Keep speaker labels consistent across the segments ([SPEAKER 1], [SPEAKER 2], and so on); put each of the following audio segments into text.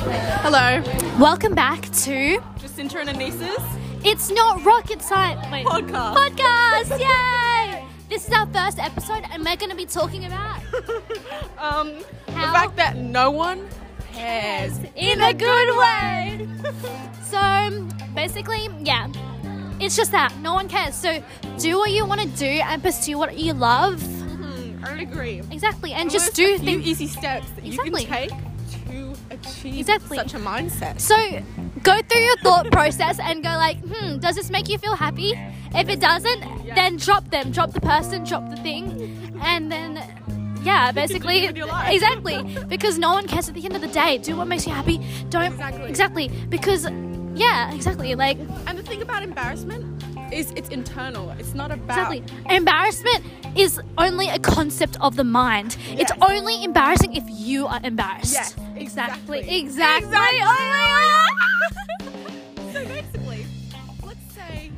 [SPEAKER 1] Hello,
[SPEAKER 2] Welcome back to
[SPEAKER 1] Jacinta and Anisa's
[SPEAKER 2] It's Not Rocket Science wait,
[SPEAKER 1] podcast.
[SPEAKER 2] podcast. Yay! This is our first episode, and we're going to be talking about
[SPEAKER 1] Um, the
[SPEAKER 2] How-
[SPEAKER 1] fact that no one cares.
[SPEAKER 2] in a good way. So um, basically, yeah, it's just that no one cares. So do what you want to do and pursue what you love.
[SPEAKER 1] Hmm, I agree.
[SPEAKER 2] Exactly, and
[SPEAKER 1] Almost
[SPEAKER 2] just
[SPEAKER 1] a
[SPEAKER 2] do
[SPEAKER 1] few
[SPEAKER 2] things.
[SPEAKER 1] easy steps that
[SPEAKER 2] Exactly.
[SPEAKER 1] you can take to achieve
[SPEAKER 2] Exactly.
[SPEAKER 1] such a mindset.
[SPEAKER 2] So go through your thought process and go like, hmm, does this make you feel happy? If it doesn't, then drop them, drop the person, drop the thing, and then yeah, basically
[SPEAKER 1] with your life.
[SPEAKER 2] exactly because no one cares at the end of the day. Do what makes you happy. Don't
[SPEAKER 1] Exactly.
[SPEAKER 2] exactly because yeah, exactly like
[SPEAKER 1] And the thing about embarrassment is it's internal. It's not about
[SPEAKER 2] exactly embarrassment is only a concept of the mind. It's
[SPEAKER 1] Yes.
[SPEAKER 2] only embarrassing if you are embarrassed.
[SPEAKER 1] Yes, exactly.
[SPEAKER 2] Exactly. exactly. Oh my God.
[SPEAKER 1] So basically, let's say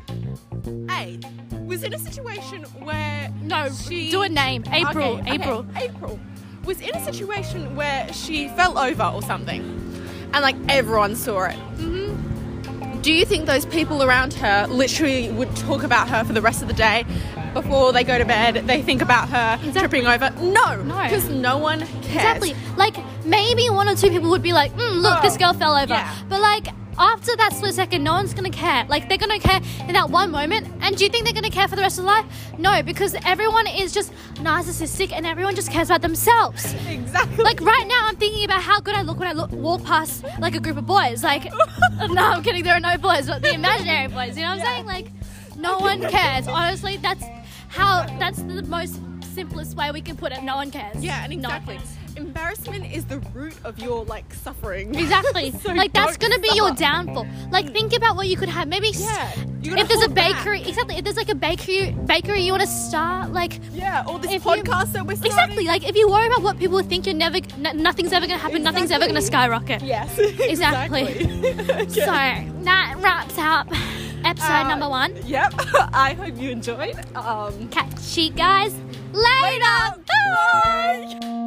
[SPEAKER 1] A was in a situation where
[SPEAKER 2] No,
[SPEAKER 1] she
[SPEAKER 2] do a name. April.
[SPEAKER 1] Okay, okay,
[SPEAKER 2] April.
[SPEAKER 1] April was in a situation where she fell over or something, and like everyone saw it.
[SPEAKER 2] Mm-hmm.
[SPEAKER 1] Do you think those people around her literally would talk about her for the rest of the day? Before they go to bed, they think about her tripping over. No,
[SPEAKER 2] No.
[SPEAKER 1] because no one cares.
[SPEAKER 2] Exactly. Like maybe one or two people would be like, mm, "Look,
[SPEAKER 1] Oh,
[SPEAKER 2] this girl fell over,"
[SPEAKER 1] yeah.
[SPEAKER 2] but like after that split second, no one's gonna care. Like they're gonna care in that one moment, and do you think they're gonna care for the rest of life? No, because everyone is just narcissistic, and everyone just cares about themselves.
[SPEAKER 1] Exactly.
[SPEAKER 2] Like right now, I'm thinking about how good I look when I look, walk past like a group of boys. Like, no, I'm kidding. There are no boys, but the imaginary boys. You know what I'm saying? Like, no one cares. Honestly, that's how. That's the most simplest way we can put it. No one cares.
[SPEAKER 1] Yeah, and
[SPEAKER 2] No one
[SPEAKER 1] exactly.
[SPEAKER 2] cares.
[SPEAKER 1] Embarrassment is the root of your like suffering.
[SPEAKER 2] Exactly.
[SPEAKER 1] So
[SPEAKER 2] like that's
[SPEAKER 1] don't
[SPEAKER 2] gonna be your
[SPEAKER 1] suffer.
[SPEAKER 2] downfall. Like think about what you could have. Maybe s-
[SPEAKER 1] Yeah, you gotta
[SPEAKER 2] if there's a
[SPEAKER 1] hold back.
[SPEAKER 2] bakery, exactly. If there's like a bakery, bakery you want to start like
[SPEAKER 1] Yeah, all this
[SPEAKER 2] If you-
[SPEAKER 1] podcast that we're starting.
[SPEAKER 2] exactly. Like if you worry about what people think, you're never n- nothing's ever gonna happen. Nothing's ever gonna skyrocket.
[SPEAKER 1] Yes.
[SPEAKER 2] Exactly. So
[SPEAKER 1] Yeah.
[SPEAKER 2] that wraps up episode
[SPEAKER 1] Uh,
[SPEAKER 2] number one.
[SPEAKER 1] Yep. I hope you enjoyed. Um,
[SPEAKER 2] Catch you guys later.
[SPEAKER 1] bye.